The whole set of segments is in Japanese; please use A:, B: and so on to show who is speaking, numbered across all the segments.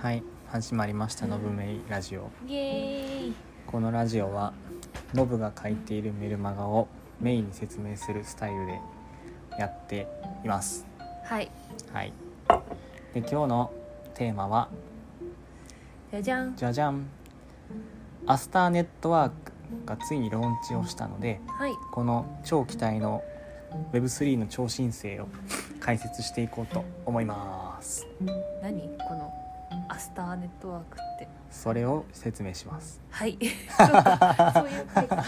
A: はい始まりました「のぶめいラジオ
B: イエーイ」
A: このラジオはのぶが書いているメルマガをメインに説明するスタイルでやっています
B: はい
A: はいで今日のテーマは
B: じゃじゃん
A: じゃじゃんアスターネットワークがついにローンチをしたので
B: はい
A: この超期待の Web3 の超新星を解説していこうと思います
B: 何このアスターネットワークって
A: それを説明します
B: はい そうかそういう回か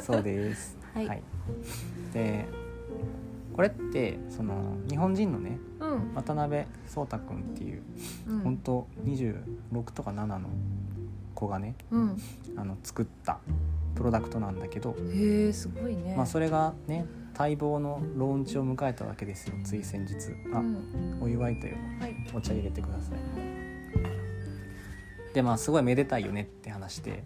A: そうです。
B: はい
A: で、これってその日本人のね
B: うん
A: 渡辺壮太君っていう、
B: う
A: ほん
B: ん
A: と26とか7の子がね
B: うん
A: あの作ったプロダクトなんだけど、
B: へえすごいね
A: まあそれがね待望のローンチを迎えたわけですよ。つい先日、あ、
B: うん
A: お祝いという
B: はい
A: お茶入れてください。でまあすごいめでたいよねって話して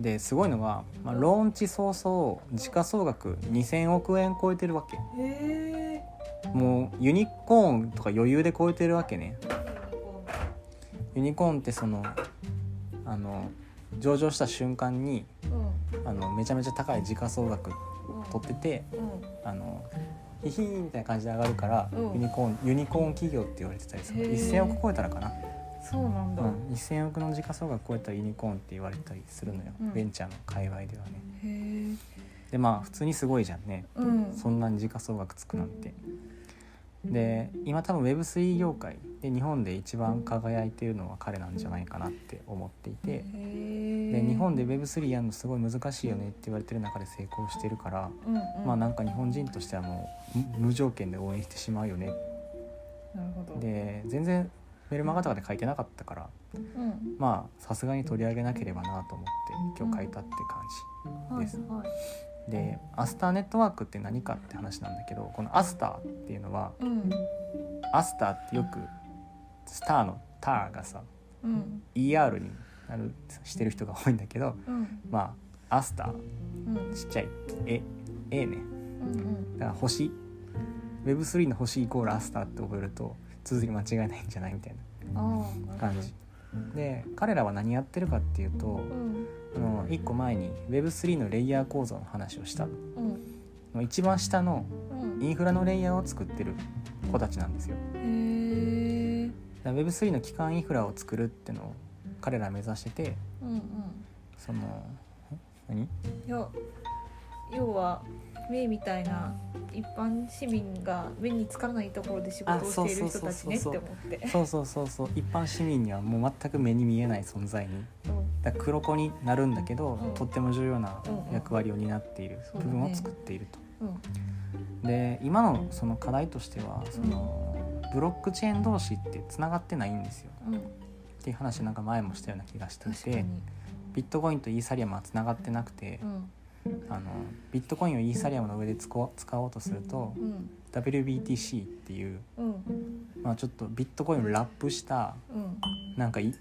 A: ですごいのが、まあ、ローンチ早々時価総額2,000億円超えてるわけ
B: へえ
A: もうユニコーンとか余裕で超えてるわけねユニコーンってそのあの上場した瞬間に
B: うん
A: あのめちゃめちゃ高い時価総額取ってて
B: うん
A: あのヒヒーみたいな感じで上がるから、
B: うん
A: ユニコーンユニコーン企業って言われてたりする
B: へー
A: 1,000億超えたらかな、
B: そうなん
A: う
B: だ
A: ん、1,000億の時価総額超えたらユニコーンって言われたりするのよ、
B: うん
A: ベンチャーの界隈ではね
B: へえ
A: でまあ普通にすごいじゃんね
B: うん
A: そんなに時価総額つくなんて。で今多分 Web3 業界で日本で一番輝いてるのは彼なんじゃないかなって思っていて
B: へ
A: で日本
B: で
A: で Web3 やるのすごい難しいよねって言われてる中で成功してるから、
B: うんうん
A: まあな
B: な
A: んか日本人としてはもう無無条件で応援してしまうよね
B: るほど
A: で全然メルマガとかで書いてなかったから
B: うん
A: まあさすがに取り上げなければなと思って今日書いたって感じ。
B: はい
A: です
B: はい
A: でアスターネットワークって何かって話なんだけどこのアスターっていうのは
B: うん
A: アスターってよくスターの「ター」がさ
B: うん
A: ER になるしてる人が多いんだけど
B: うん
A: まあアスター
B: うん
A: ちっちゃい「え」「え」ね
B: うん
A: だから星 Web3 の星イコールアスターって覚えると続き間違いないんじゃないみたい
B: うんああ
A: な感じで彼らは何やってるかっていうと
B: うん
A: あの1個前に Web3 のレイヤー構造の話をした
B: うん
A: の一番下の
B: うん
A: インフラのレイヤーを作ってる子たちなんですよ
B: へえ
A: だから Web3 の基幹インフラを作るってのを彼らは目指してて
B: うんうん
A: そのん何
B: 要要はメイみたいな一般市民が目につかないところで仕事をしている人たちね
A: あ
B: って
A: そうそうそうそう
B: 思って
A: そうそうそうそう一般市民にはもう全く目に見えない存在に
B: うん
A: だから黒子になるんだけど、
B: うん
A: とっても重要な役割を担っている
B: うん
A: 部
B: うん
A: 分を作っていると。
B: うん
A: で今のその課題としてはその、ブロックチェーン同士ってつながってないんですよ
B: うん
A: っていう話なんか前もしたような気がしてい
B: 確かに
A: てビットコインとイーサリアムはつながってなくて、
B: うん
A: あのビットコインをイーサリアムの上で使お使おうとすると、
B: うん
A: WBTC っていう、
B: うん
A: まあ、ちょっとビットコインをラップした
B: うん
A: なんかい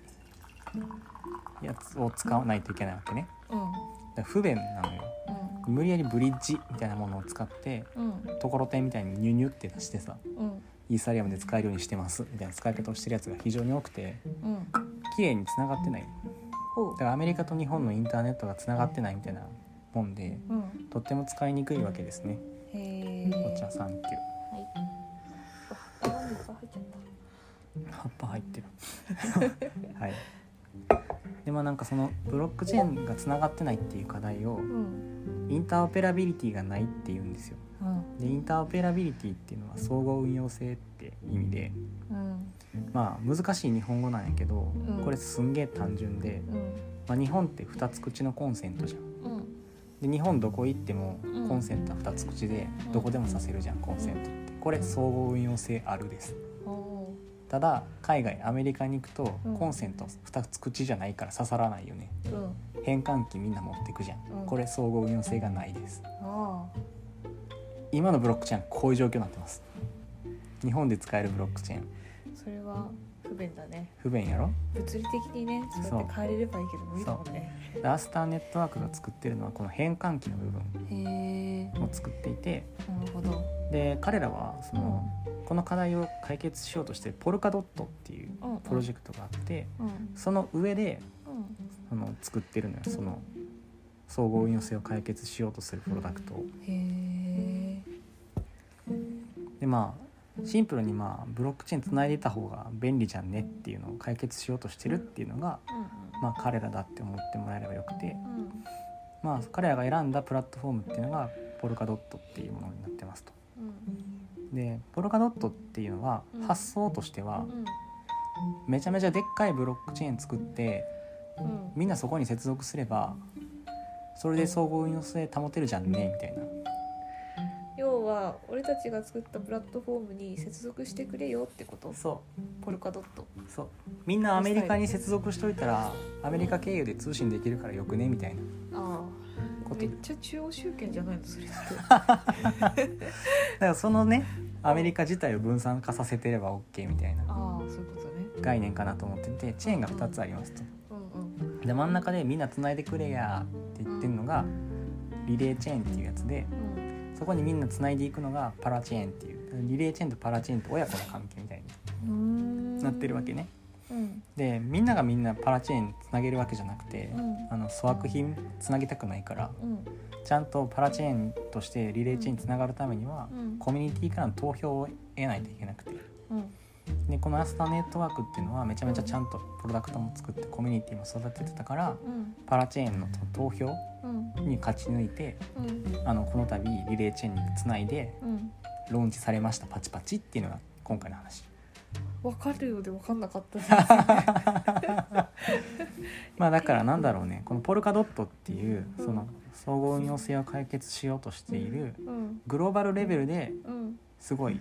A: やつを使わないといけないわけね
B: うん
A: だから不便なのよ無理やりブリッジみたいなものを使って
B: うん
A: ところてんみたいにニュニュって出してさ
B: うん
A: イーサリアムで使えるようにしてますみたいな使い方をしてるやつが非常に多くて
B: うん
A: 綺麗に繋がってない
B: ほう
A: だからアメリカと日本のインターネットが繋がってないみたいなもんで
B: うん
A: とっても使いにくいわけですね
B: へえ
A: お茶さんっていう
B: はいあなんかいっぱい入っちゃった
A: 葉っぱ入ってる はいでまあなんかそのブロックチェーンがつながってないっていう課題を
B: うん
A: インターオペラビリティがないっていうんですよ
B: うん
A: でインターオペラビリティっていうのは総合運用性って意味で
B: うん
A: まあ難しい日本語なんやけど、
B: うん
A: これすんげえ単純で、
B: うん
A: まあ、日本って2つ口のコンセントじゃん
B: うん
A: で日本どこ行っても
B: うん
A: コンセントは2つ口で
B: うん
A: どこでもさせるじゃんコンセントってこれ総合運用性あるです
B: お
A: ただ海外アメリカに行くと
B: うん
A: コンセント2つ口じゃないから刺さらないよね
B: ーうん
A: 変換器みんな持ってくじゃん、
B: うん
A: これ総合運用性がないです
B: あ
A: 今のブロックチェーンこういう状況になってます日本で使えるブロックチェーン
B: あそれは不便だね
A: 不便やろ
B: 物理的にねそうやって帰れればいいけど無理だもんね
A: でアスターネットワークが作ってるのはこの変換器の部
B: へえな
A: 分を作っていて
B: るほど
A: で彼らはそ
B: うん
A: のこの課題を解決しようとしてポルカドットっていう
B: うんうん
A: プロジェクトがあって
B: うん
A: その上で
B: うん
A: あの作ってるのよその総合運用性を解決しようとするプロダクトを。
B: へ
A: でまあシンプルにまあブロックチェーンつないでいた方が便利じゃんねっていうのを解決しようとしてるっていうのが、
B: えうん
A: まあ、彼らだって思ってもらえればよくて、
B: うんうん
A: まあ、彼らが選んだプラットフォームっていうのがポルカドットっていうものになってますと。
B: うん
A: でポルカドットっていうのは
B: うん
A: 発想としては
B: うん
A: めちゃめちゃでっかいブロックチェーン作って
B: うん
A: みんなそこに接続すればそれで総合運用性保てるじゃんねみたいな
B: 要は俺たちが作ったプラットフォームに接続してくれよってこと
A: そ
B: ポルカドット
A: うそうみんなアメリカに接続しといたらアメリカ経由で通信できるからよくねみたいな
B: あ
A: こ
B: あ
A: と
B: め
A: だ
B: っちゃ中央集権じゃないのそ れって
A: からそのねアメリカ自体を分散化させてれば OK みたいな
B: ああそういうことね
A: 概念かなと思っててチェーンが2つありますと
B: うんうん
A: で真ん中でみんな繋いでくれやって言ってるのがリレーチェーンっていうやつで
B: うん
A: そこにみんなつないでいくのがパラチェーンっていうリレーチェーンとパラチェーンと親子の関係みたいに
B: うーん
A: なってるわけね。
B: うん
A: でみんながみんなパラチェーンつなげるわけじゃなくて
B: うん
A: あの粗悪品つなぎたくないから
B: うん
A: ちゃんとパラチェーンとしてリレーチェーンにつながるためには
B: うん
A: コミュニティからの投票を得ないといけなくて
B: うん
A: でこのアスターネットワークっていうのはめちゃめちゃちゃんとプロダクトも作ってコミュニティも育ててたから
B: うん
A: パラチェーンの投票
B: うん
A: に勝ち抜いて
B: うん
A: あのこの度リレーチェーンにつないで
B: うん
A: ローンチされましたパチパチっていうのが今回の話
B: わかるようでわかんなかったね
A: まあだからなんだろうねこのポルカドットっていうその総合運用性を解決しようとしている
B: うん
A: グローバルレベルで
B: うん
A: すごい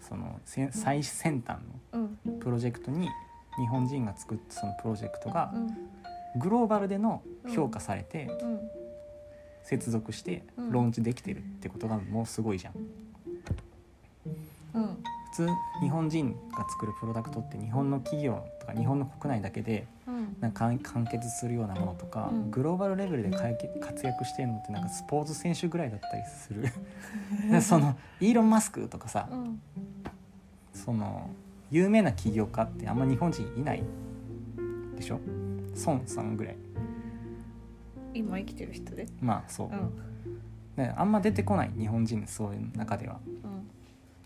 A: そのせ最先端
B: うん
A: のプロジェクトに日本人が作ったそのプロジェクトが
B: うん
A: グローバルでの評価されて
B: うん
A: 接続して
B: うん
A: ローンチできてるってことがもうすごいじゃん
B: うん
A: 普通日本人が作るプロダクトって日本の企業とか日本の国内だけで
B: うん
A: なんか完完結するようなものとか、
B: うん
A: グローバルレベルで解決活躍してるのってなんかスポーツ選手ぐらいだったりする でそのイーロン・マスクとかさ
B: うん
A: その有名な起業家ってあんま日本人いないでしょ孫さんぐらい
B: 今生きてる人で
A: まあそう
B: う、ん
A: ねあんま出てこない日本人そういう中では
B: う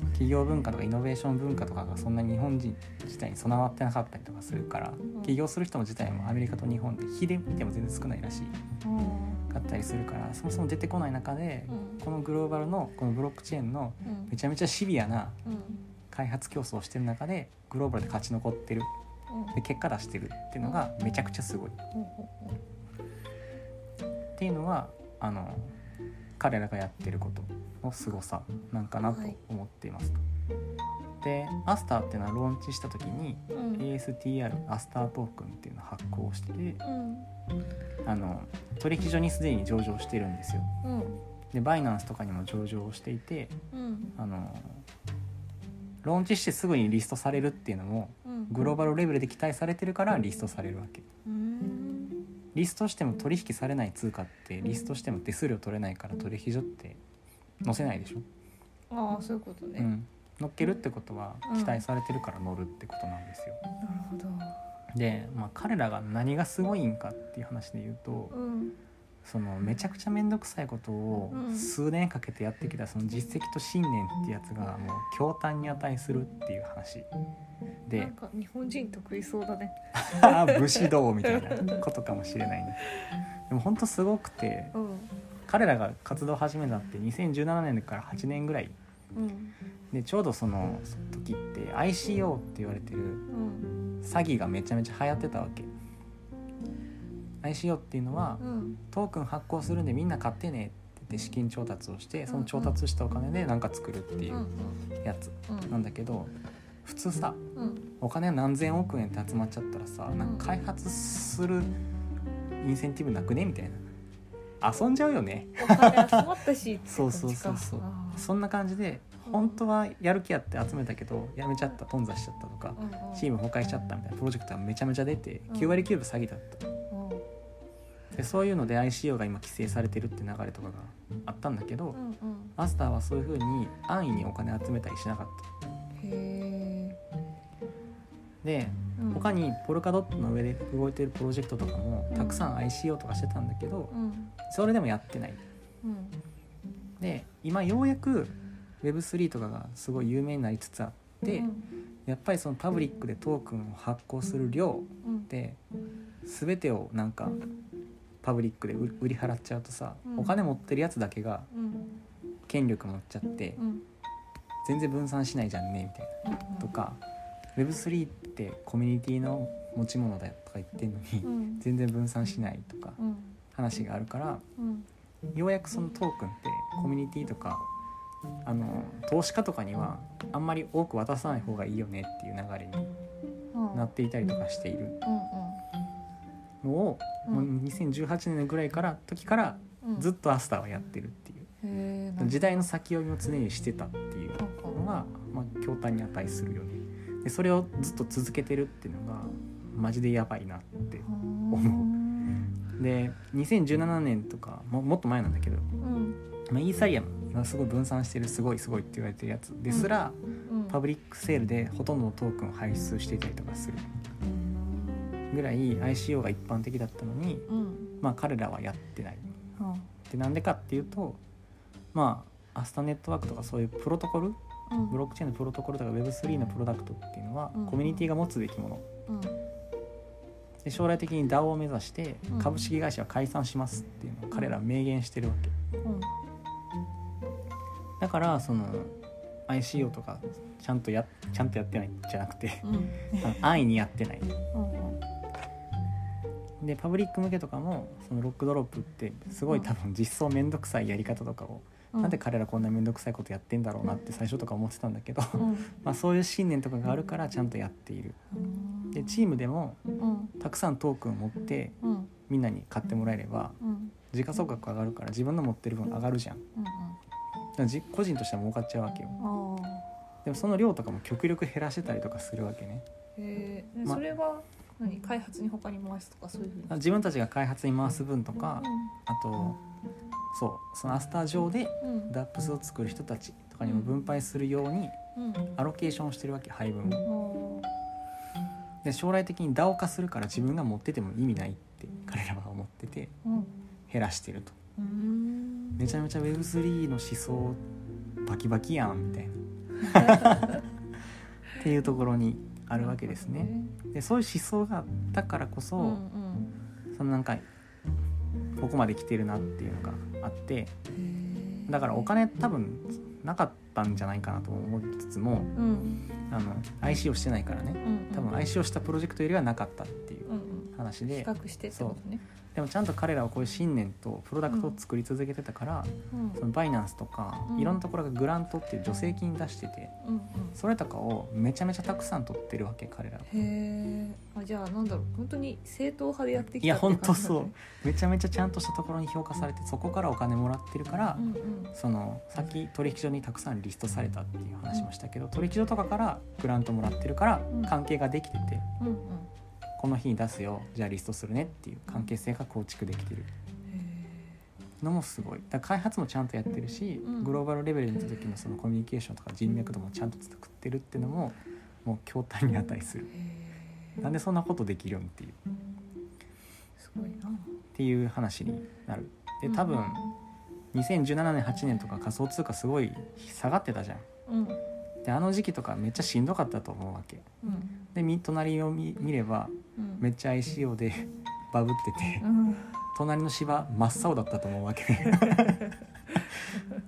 B: ん
A: 企業文化とかイノベーション文化とかがそんな日本人自体に備わってなかったりとかするから
B: ん
A: 起業する人も自体もアメリカと日本って比で見ても全然少ないらしい
B: うん
A: かったりするからそもそも出てこない中で
B: うん
A: このグローバルのこのブロックチェーンの
B: うん
A: めちゃめちゃシビアな
B: うん
A: 開発競争をしてる中でグローバルで勝ち残ってる
B: うん
A: で結果出してるっていうのがめちゃくちゃすごいっ
B: うん
A: ていうのがあの彼らがやってることのすごさなんかなと思っています。でアスターっていうのはローンチした時に
B: うんうん
A: ASTR アスタートークンっていうのを発行して
B: うん
A: あの取引所にすでに上場してるんですよ。
B: うん
A: でバイナンスとかにも上場していて
B: うん
A: あのローンチしてすぐにリストされるっていうのも
B: うん
A: グローバルレベルで期待されてるからリストされるわけ
B: うーん
A: リストしても取引されない通貨ってリストしても手数料取れないから取引所って載せないでしょ、
B: ああそういうことね、
A: う、
B: なん
A: 乗っけるってことは
B: う
A: 期
B: ん
A: 待されてるから乗るってことなんですよ
B: るほど
A: で、まあ、彼らが何がすごいんかっていう話で言うと
B: うん
A: そのめちゃくちゃ面倒くさいことを
B: うん
A: 数年かけてやってきたその実績と信念ってやつがもう驚嘆に値するっていう話
B: な
A: で
B: んか日本人得意そうだね
A: 「ああ武士道」みたい なことかもしれないね。でも本当すごくて
B: うん
A: 彼らが活動を始めたって2017年から8年ぐらい
B: うん
A: でちょうどその時って ICO って言われてる
B: うん
A: 詐欺がめちゃめちゃ流行ってたわけ ICO っていうのは
B: うん
A: トークン発行するんでみんな買ってねって言って資金調達をしてその調達したお金で何か作るってい
B: うんう
A: うんやつ
B: うん
A: なんだけど普通さ
B: うん
A: お金何千億円って集まっちゃったらさなんか開発するインセンティブなくねみたいな遊んじゃうよね
B: お金集まったしって
A: そうそうそう
B: 感じ
A: そう
B: かあー
A: そんな感じで本当はやる気やって集めたけどやめちゃった頓挫しちゃったとか
B: うんうん
A: チーム崩壊しちゃったみたいなプロジェクトがめちゃめちゃ出て9割9分詐欺だった
B: うん
A: でそういうので ICO が今規制されてるって流れとかがあったんだけど
B: うんうん
A: アスターはそういう風に安易にお金集めたりしなかった
B: へ
A: で
B: ー
A: 他にポルカドットの上で動いてるプロジェクトとかもたくさん ICO とかしてたんだけど
B: うん
A: それでもやってない
B: うん
A: で今ようやく Web3 とかがすごい有名になりつつあって
B: うん
A: やっぱりそのパブリックでトークンを発行する量
B: うん
A: で全てをなんかパブリックで売売り払っちゃうとさ
B: うん
A: お金持ってるやつだけが
B: うん
A: 権力持っちゃって
B: うん
A: 全然分散しないじゃんねみたいな。とか Web3 ってコミュニティの持ち物だよとか言ってんのに
B: うん
A: 全然分散しないとか
B: うん
A: 話があるから
B: うん
A: ようやくそのトークンってコミュニティとかあの投資家とかにはあんまり多く渡さない方がいいよねっていう流れに
B: うん
A: なっていたりとかしているのを
B: うん
A: もう2018年ぐらいから時から
B: うんうん
A: ずっとアスターはやってるっていう
B: へーなんか
A: 時代の先読みを常にしてたっていう
B: うんうん
A: のが、まあ、共感に値するよねでそれをずっと続けてるっていうのがマジでやばいなってで2017年とかももっと前なんだけど、
B: うん
A: まあ、イーサリアムがすごい分散してるすごいすごいって言われてるやつですら、
B: うん
A: パブリックセールでほとんどのトークンを排出していたりとかするぐらい ICO が一般的だったのに、
B: うん
A: まあ、彼らはやってない
B: は
A: でなんでかっていうとまあアスタネットワークとかそういうプロトコル
B: あうん
A: ブロックチェーンのプロトコルとか Web3 のプロダクトっていうのは、
B: うん
A: コミュニティが持つべきもの
B: うん
A: で将来的に DAO を目指して
B: うん
A: 株式会社は解散しますっていうのを彼らは明言してるわけ
B: うん
A: だからその ICO とかちゃんとやちゃんとやってないんじゃなく て
B: うん
A: あの安易にやってない
B: うん
A: でパブリック向けとかもそのロックドロップってすごい多分実装めんどくさいやり方とかを、
B: うん
A: なんで彼らこんなめんどくさいことやってんだろうなって最初とか思ってたんだけど、
B: うん
A: まあそういう信念とかがあるからちゃんとやっている
B: うん
A: でチームでも
B: うん
A: たくさんトークンを持って
B: うん
A: みんなに買ってもらえれば
B: うん
A: 時価総額上がるから自分の持ってる分上がるじゃんだ
B: うん
A: からじ個人としては儲かっちゃうわけよ
B: うんああ
A: でもその量とかも極力減らしてたりとかするわけね
B: へえ
A: ま
B: それは何開発に他に回すとかそういうふうに
A: 自分たちが開発に回す分とかあとそうそのアスター上で
B: うん
A: DAPS を作る人たちとかにも分配するように
B: うんうん
A: アロケーションをしてるわけ配分を
B: おー
A: で将来的に DAO 化するから自分が持ってても意味ないって彼らは思ってて
B: うん
A: 減らしてると
B: うーん
A: め ちゃめちゃ Web3 の思想バキバキやんみたいなっていうところにあるわけですね。でそういう思想があったからこそ、
B: うんうん
A: そのなんかここまで来てるなっていうのがあって
B: へえ
A: だからお金多分なかったんじゃないかなと思いつつも
B: うん
A: あの IC をしてないからね
B: うん
A: 多分 IC をしたプロジェクトよりはなかったっていう
B: うんうん
A: 話
B: 比
A: で
B: 較してってことね
A: でもちゃんと彼らはこういう信念とプロダクトを作り続けてたから、
B: うん
A: そのバイナンスとか、
B: うん
A: いろんなところがグラントっていう助成金出してて
B: うんうん
A: それとかをめちゃめちゃたくさん取ってるわけ彼らは
B: へえあじゃあなんだろう本当に正統派でやってきた
A: いや
B: って
A: ほん
B: 感じ
A: と
B: なん
A: そ
B: だね
A: うめちゃめちゃちゃんとしたところに評価されてそこからお金もらってるから、
B: うんうん
A: そのさっき取引所にたくさんリストされたっていう話もしたけど取引所とかからグラントもらってるから
B: うん
A: 関係ができてて、
B: うん
A: この日に出すよじゃあリストするねっていう関係性が構築できてる
B: うんへ
A: のもすごいだから開発もちゃんとやってるし、
B: うん
A: グローバルレベルに行った時のそのコミュニケーションとか人脈度もちゃんと作ってるっていうのももう強端に値する
B: えへえ
A: なんでそんなことできるんっていうっ
B: すごいな
A: ていう話になるで多分2017年8年とか仮想通貨すごい下がってたじゃん
B: うん
A: であの時期とかめっちゃしんどかったと思うわけ
B: うん
A: でみ隣を見見れば
B: うん
A: めっちゃ ICO で バブってて
B: うん
A: 隣の芝真っ青だったと思うわけ ね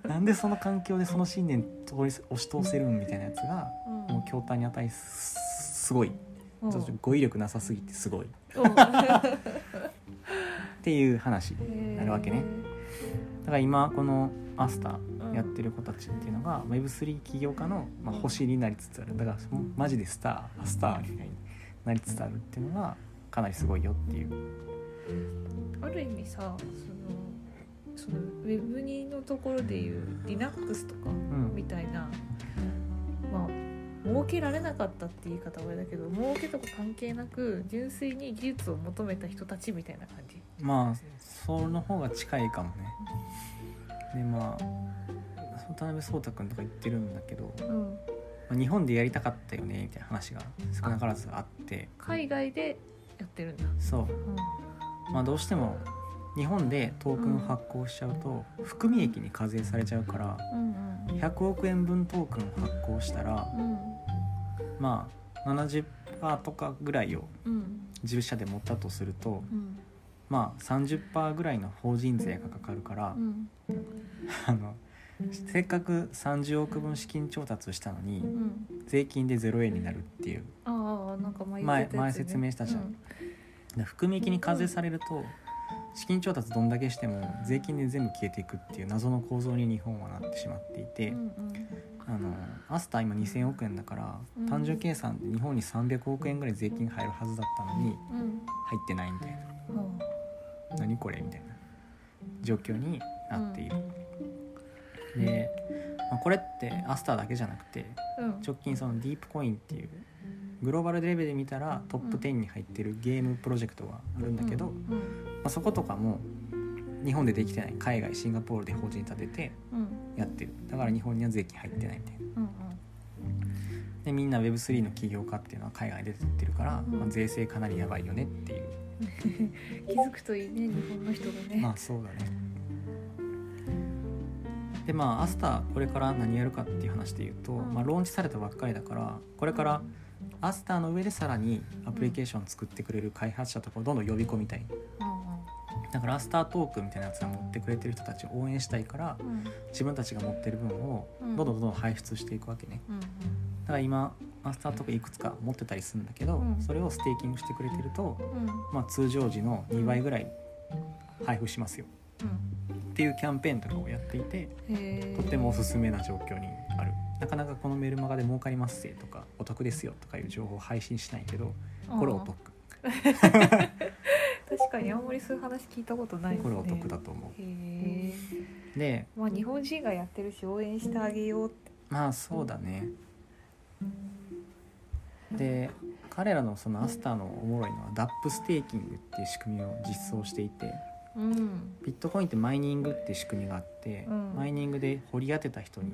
A: なんでその環境でその信念通り押し通せるんみたいなやつが
B: うん
A: もう筐体に値すすごい
B: うん
A: ちょっと語彙力なさすぎてすごいっ
B: うん
A: ていう話だなるわけねから今このアスターやってる子たちっていうのが Web3 起業家のまあ星になりつつあるだからもうマジでスタースターみたいになりつつあるっていうのがかなりすごいよっていう
B: ある意味さそのそのウェブにのところでいう Linux とか
A: うん
B: みたいなまあ儲けられなかったって言い方はあれだけど儲けとか関係なく純粋に技術を求めた人たちみたいな感じ
A: まあその方が近いかもねでまあ渡辺颯太君とか言ってるんだけど、
B: うん
A: まあ日本でやりたかったよねみたいな話が少なからずあって
B: 海外でやってるんだ、
A: そう
B: うん、
A: まあ、どうしても日本でトークンを発行しちゃうと含み益に課税されちゃうから
B: うん
A: 100億円分トークンを発行したら
B: うん
A: まあ70%とかぐらいを
B: うんうん
A: 自社で持ったとすると
B: うん
A: まあ30%ぐらいの法人税がかかるから
B: うん
A: あのせっかく30億分資金調達をしたのに
B: うん
A: 税金で0円になるっていう
B: ああなんか前
A: 前前説明したじゃんで含み益に課税されると資金調達どんだけしても税金で全部消えていくっていう謎の構造に日本はなってしまっていて、
B: うんうん
A: あのアスター今2,000億円だから、
B: うん
A: 単純計算で日本に300億円ぐらい税金が入るはずだったのに
B: うんうん
A: 入ってないみたいな
B: うん
A: 何これみたいな状況になっている。で、まあ、これってアスターだけじゃなくて
B: うん
A: 直近そのディープコインっていうグローバルレベルで見たらトップ10に入ってるゲームプロジェクトがあるんだけど、
B: う
A: ま
B: ん
A: あ、そことかも日本でできてない海外シンガポールで法人立てて
B: うん
A: やってるだから日本には税金入ってないみたいな。
B: うん
A: でみんな Web3 の起業家っていうのは海外で出てってるから、
B: うん
A: まあ、税制かなりやばいよねっていう
B: うん気づくといいね日本の人がね、
A: まあそうだねでまあアスターこれから何やるかっていう話で言うと、
B: うん
A: まあ、ローンチされたばっかりだからこれからアスターの上でさらにアプリケーション作ってくれる開発者とかをどんどん呼び込みたいだからアスタートークンみたいなやつを持ってくれてる人たちを応援したいから
B: うんうんうん
A: 自分たちが持ってる分を
B: うん
A: どんどんどんどん排出していくわけね、
B: うん
A: だから今マスターとかいくつか持ってたりするんだけど、
B: うん
A: それをステーキングしてくれてると、
B: うんうん
A: まあ、通常時の2倍ぐらい配布しますよっていうキャンペーンとかをやっていて
B: うんへえ
A: とってもおすすめな状況にあるなかなかこのメルマガで儲かりますせとかお得ですよとかいう情報を配信しないけどこれお得
B: うん確かにあんまりそういう話聞いたことないです
A: こ
B: ね
A: れお得だと思
B: へえ
A: うで
B: まあ日本人がやってるし応援してあげようって
A: まあそうだねで彼らのそのアスターのおもろいのは DAP ステーキングっていう仕組みを実装していて
B: うん
A: ビットコインってマイニングっていう仕組みがあって、
B: うん
A: マイニングで掘り当てた人に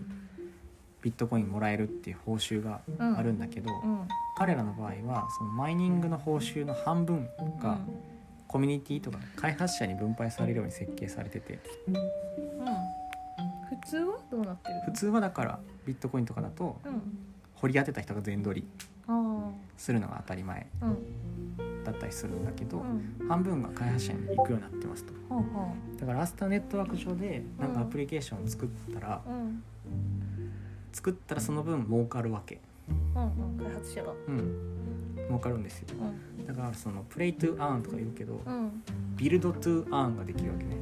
A: ビットコインもらえるっていう報酬があるんだけど、
B: うん
A: 彼らの場合はそのマイニングの報酬の半分がコミュニティとか開発者に分配されるように設計されてて
B: うん、うん普通はどうなってるの
A: 普通はだからビットコインとかだと
B: うん
A: 掘り当てた人が全取り
B: あ
A: するのが当たり前
B: あうん
A: だったりするんだけ
B: う
A: ど、
B: ん
A: 半分が開発者に行くようになってますと
B: はあは
A: だからアスターネットワーク上でなんかアプリケーションを作ったら
B: あうん
A: 作ったらその分儲かるわけ
B: うんうん開発者が
A: うん、儲かるんですよ
B: うん
A: だからそのプレイトゥーアーンとか言うけど
B: うん
A: ビルドトゥーアーンができるわけね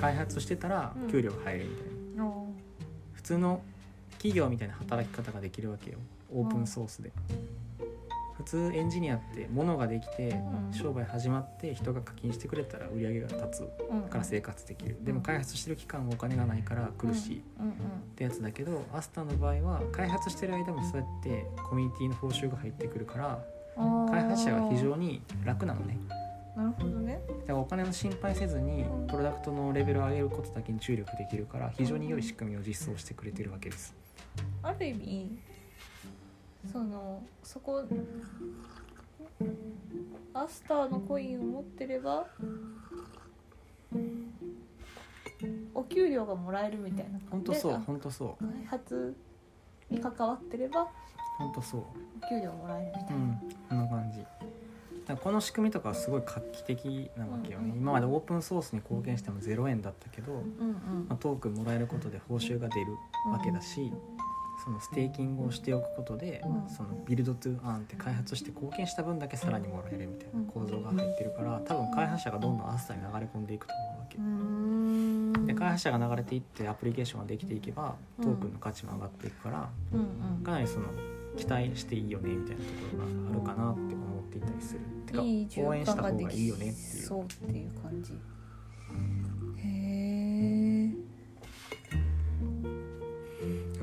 A: 開発してたら
B: うん
A: 給料が入るみたいな
B: あー
A: 普通の企業みたいな働き方ができるわけよオープンソースで普通エンジニアって物ができて
B: うん
A: 商売始まって人が課金してくれたら売り上げが立つ
B: うん
A: から生活できるでも開発してる期間はお金がないから苦しいっ
B: うん
A: てやつだけどアスターの場合は開発してる間もそうやってコミュニティの報酬が入ってくるから
B: うんあー
A: 開発者が非常に楽なのね
B: なるほどね
A: だからお金の心配せずに
B: うん
A: プロダクトのレベルを上げることだけに注力できるから非常に良い仕組みを実装してくれてるわけです
B: ある意味そのそこアスターのコインを持ってればお給料がもらえるみたいな
A: 本
B: 感じ
A: 当
B: で
A: そう
B: あ
A: 本当そう
B: 開発に関わってれば
A: 本当そう
B: お給料もらえるみたいな
A: うんこんな感じだからこの仕組みとかはすごい画期的なわけよね
B: うん
A: 今までオープンソースに貢献しても0円だったけど、
B: うん
A: まあ、トークンもらえることで報酬が出るわけだしそのステーキングをしておくことで、
B: うん
A: そのビルドトゥーアンって開発して貢献した分だけさらにもらえるみたいな構造が入ってるから多分開発者がどんどんアスターに流れ込んでいくと思うわけ
B: う。んうーん
A: で開発者が流れていってアプリケーションができていけば
B: うん
A: トークンの価値も上がっていくから
B: うんうん
A: かなりその期待していいよねみたいなところがあるかなって思っていたりする。てか
B: いい
A: 応
B: 循
A: 援し
B: 環
A: た
B: が
A: 方
B: で
A: がいいよね
B: き
A: っていう
B: そうっていう感じ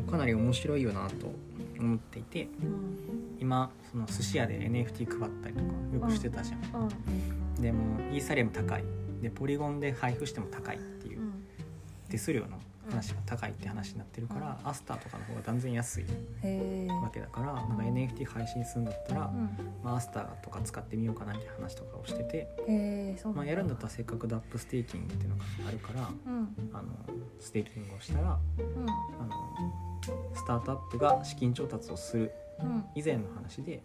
A: かなり面白いよなと思っていて
B: うん
A: 今その寿司屋で NFT 配ったりとかよくしてたじゃん、
B: うん
A: でもイーサリアム高いでポリゴンで配布しても高いっていううん手数料の話が高いって話になってるから、アスターとかの方が断然安い
B: へえ
A: わけだからなんか NFT 配信するんだったら、まあ、アスターとか使ってみようかなみたいな話とかをしてて、
B: へえそう
A: まあ、やるんだったらせっかくダップステーキングっていうのがあるから
B: うん
A: あのステーキングをしたら
B: うん
A: あのスタートアップが資金調達をする
B: うん
A: 以前の話で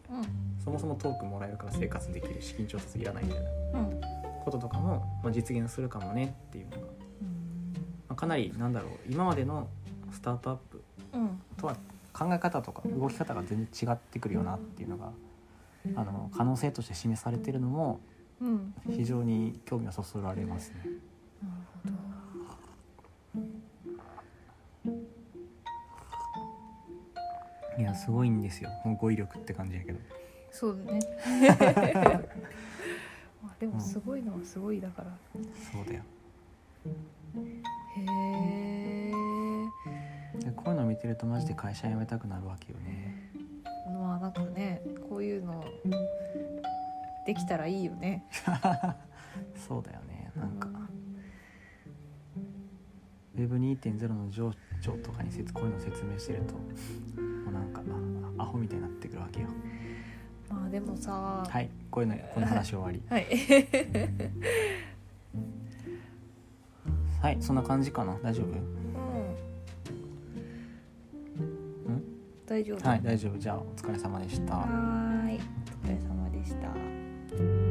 A: そもそもトークンもらえるから生活できる資金調達いらないみたいな
B: うん
A: こととかも、まあ、実現するかもねっていうのが、ま
B: うん
A: あ、かなりなんだろう今までのスタートアップ
B: うん
A: とは考え方とか動き方が全然違ってくるよなっていうのがあの可能性として示されてるのも
B: うん
A: 非常に興味をそそられますね。
B: なるほど
A: いやすごいんですよもう語彙力って感じやけど
B: そうだねまあでもすごいのはすごいだから
A: そうだよ
B: へえ
A: でこういうの見てるとマジで会社辞めたくなるわけよね
B: まあなんかねこういうのできたらいいよね
A: そうだよねなんか Web2.0 の情緒とかにせつこういうの説明してるともうなんかあアホみたいになってくるわけよ
B: まあでもさ
A: はいこういうのこの話終わり
B: はい、
A: はいそんな感じかな大丈夫
B: うん
A: ん
B: 大丈夫
A: はい大丈夫じゃあお疲れ様でした、
B: はーいお疲れ様でした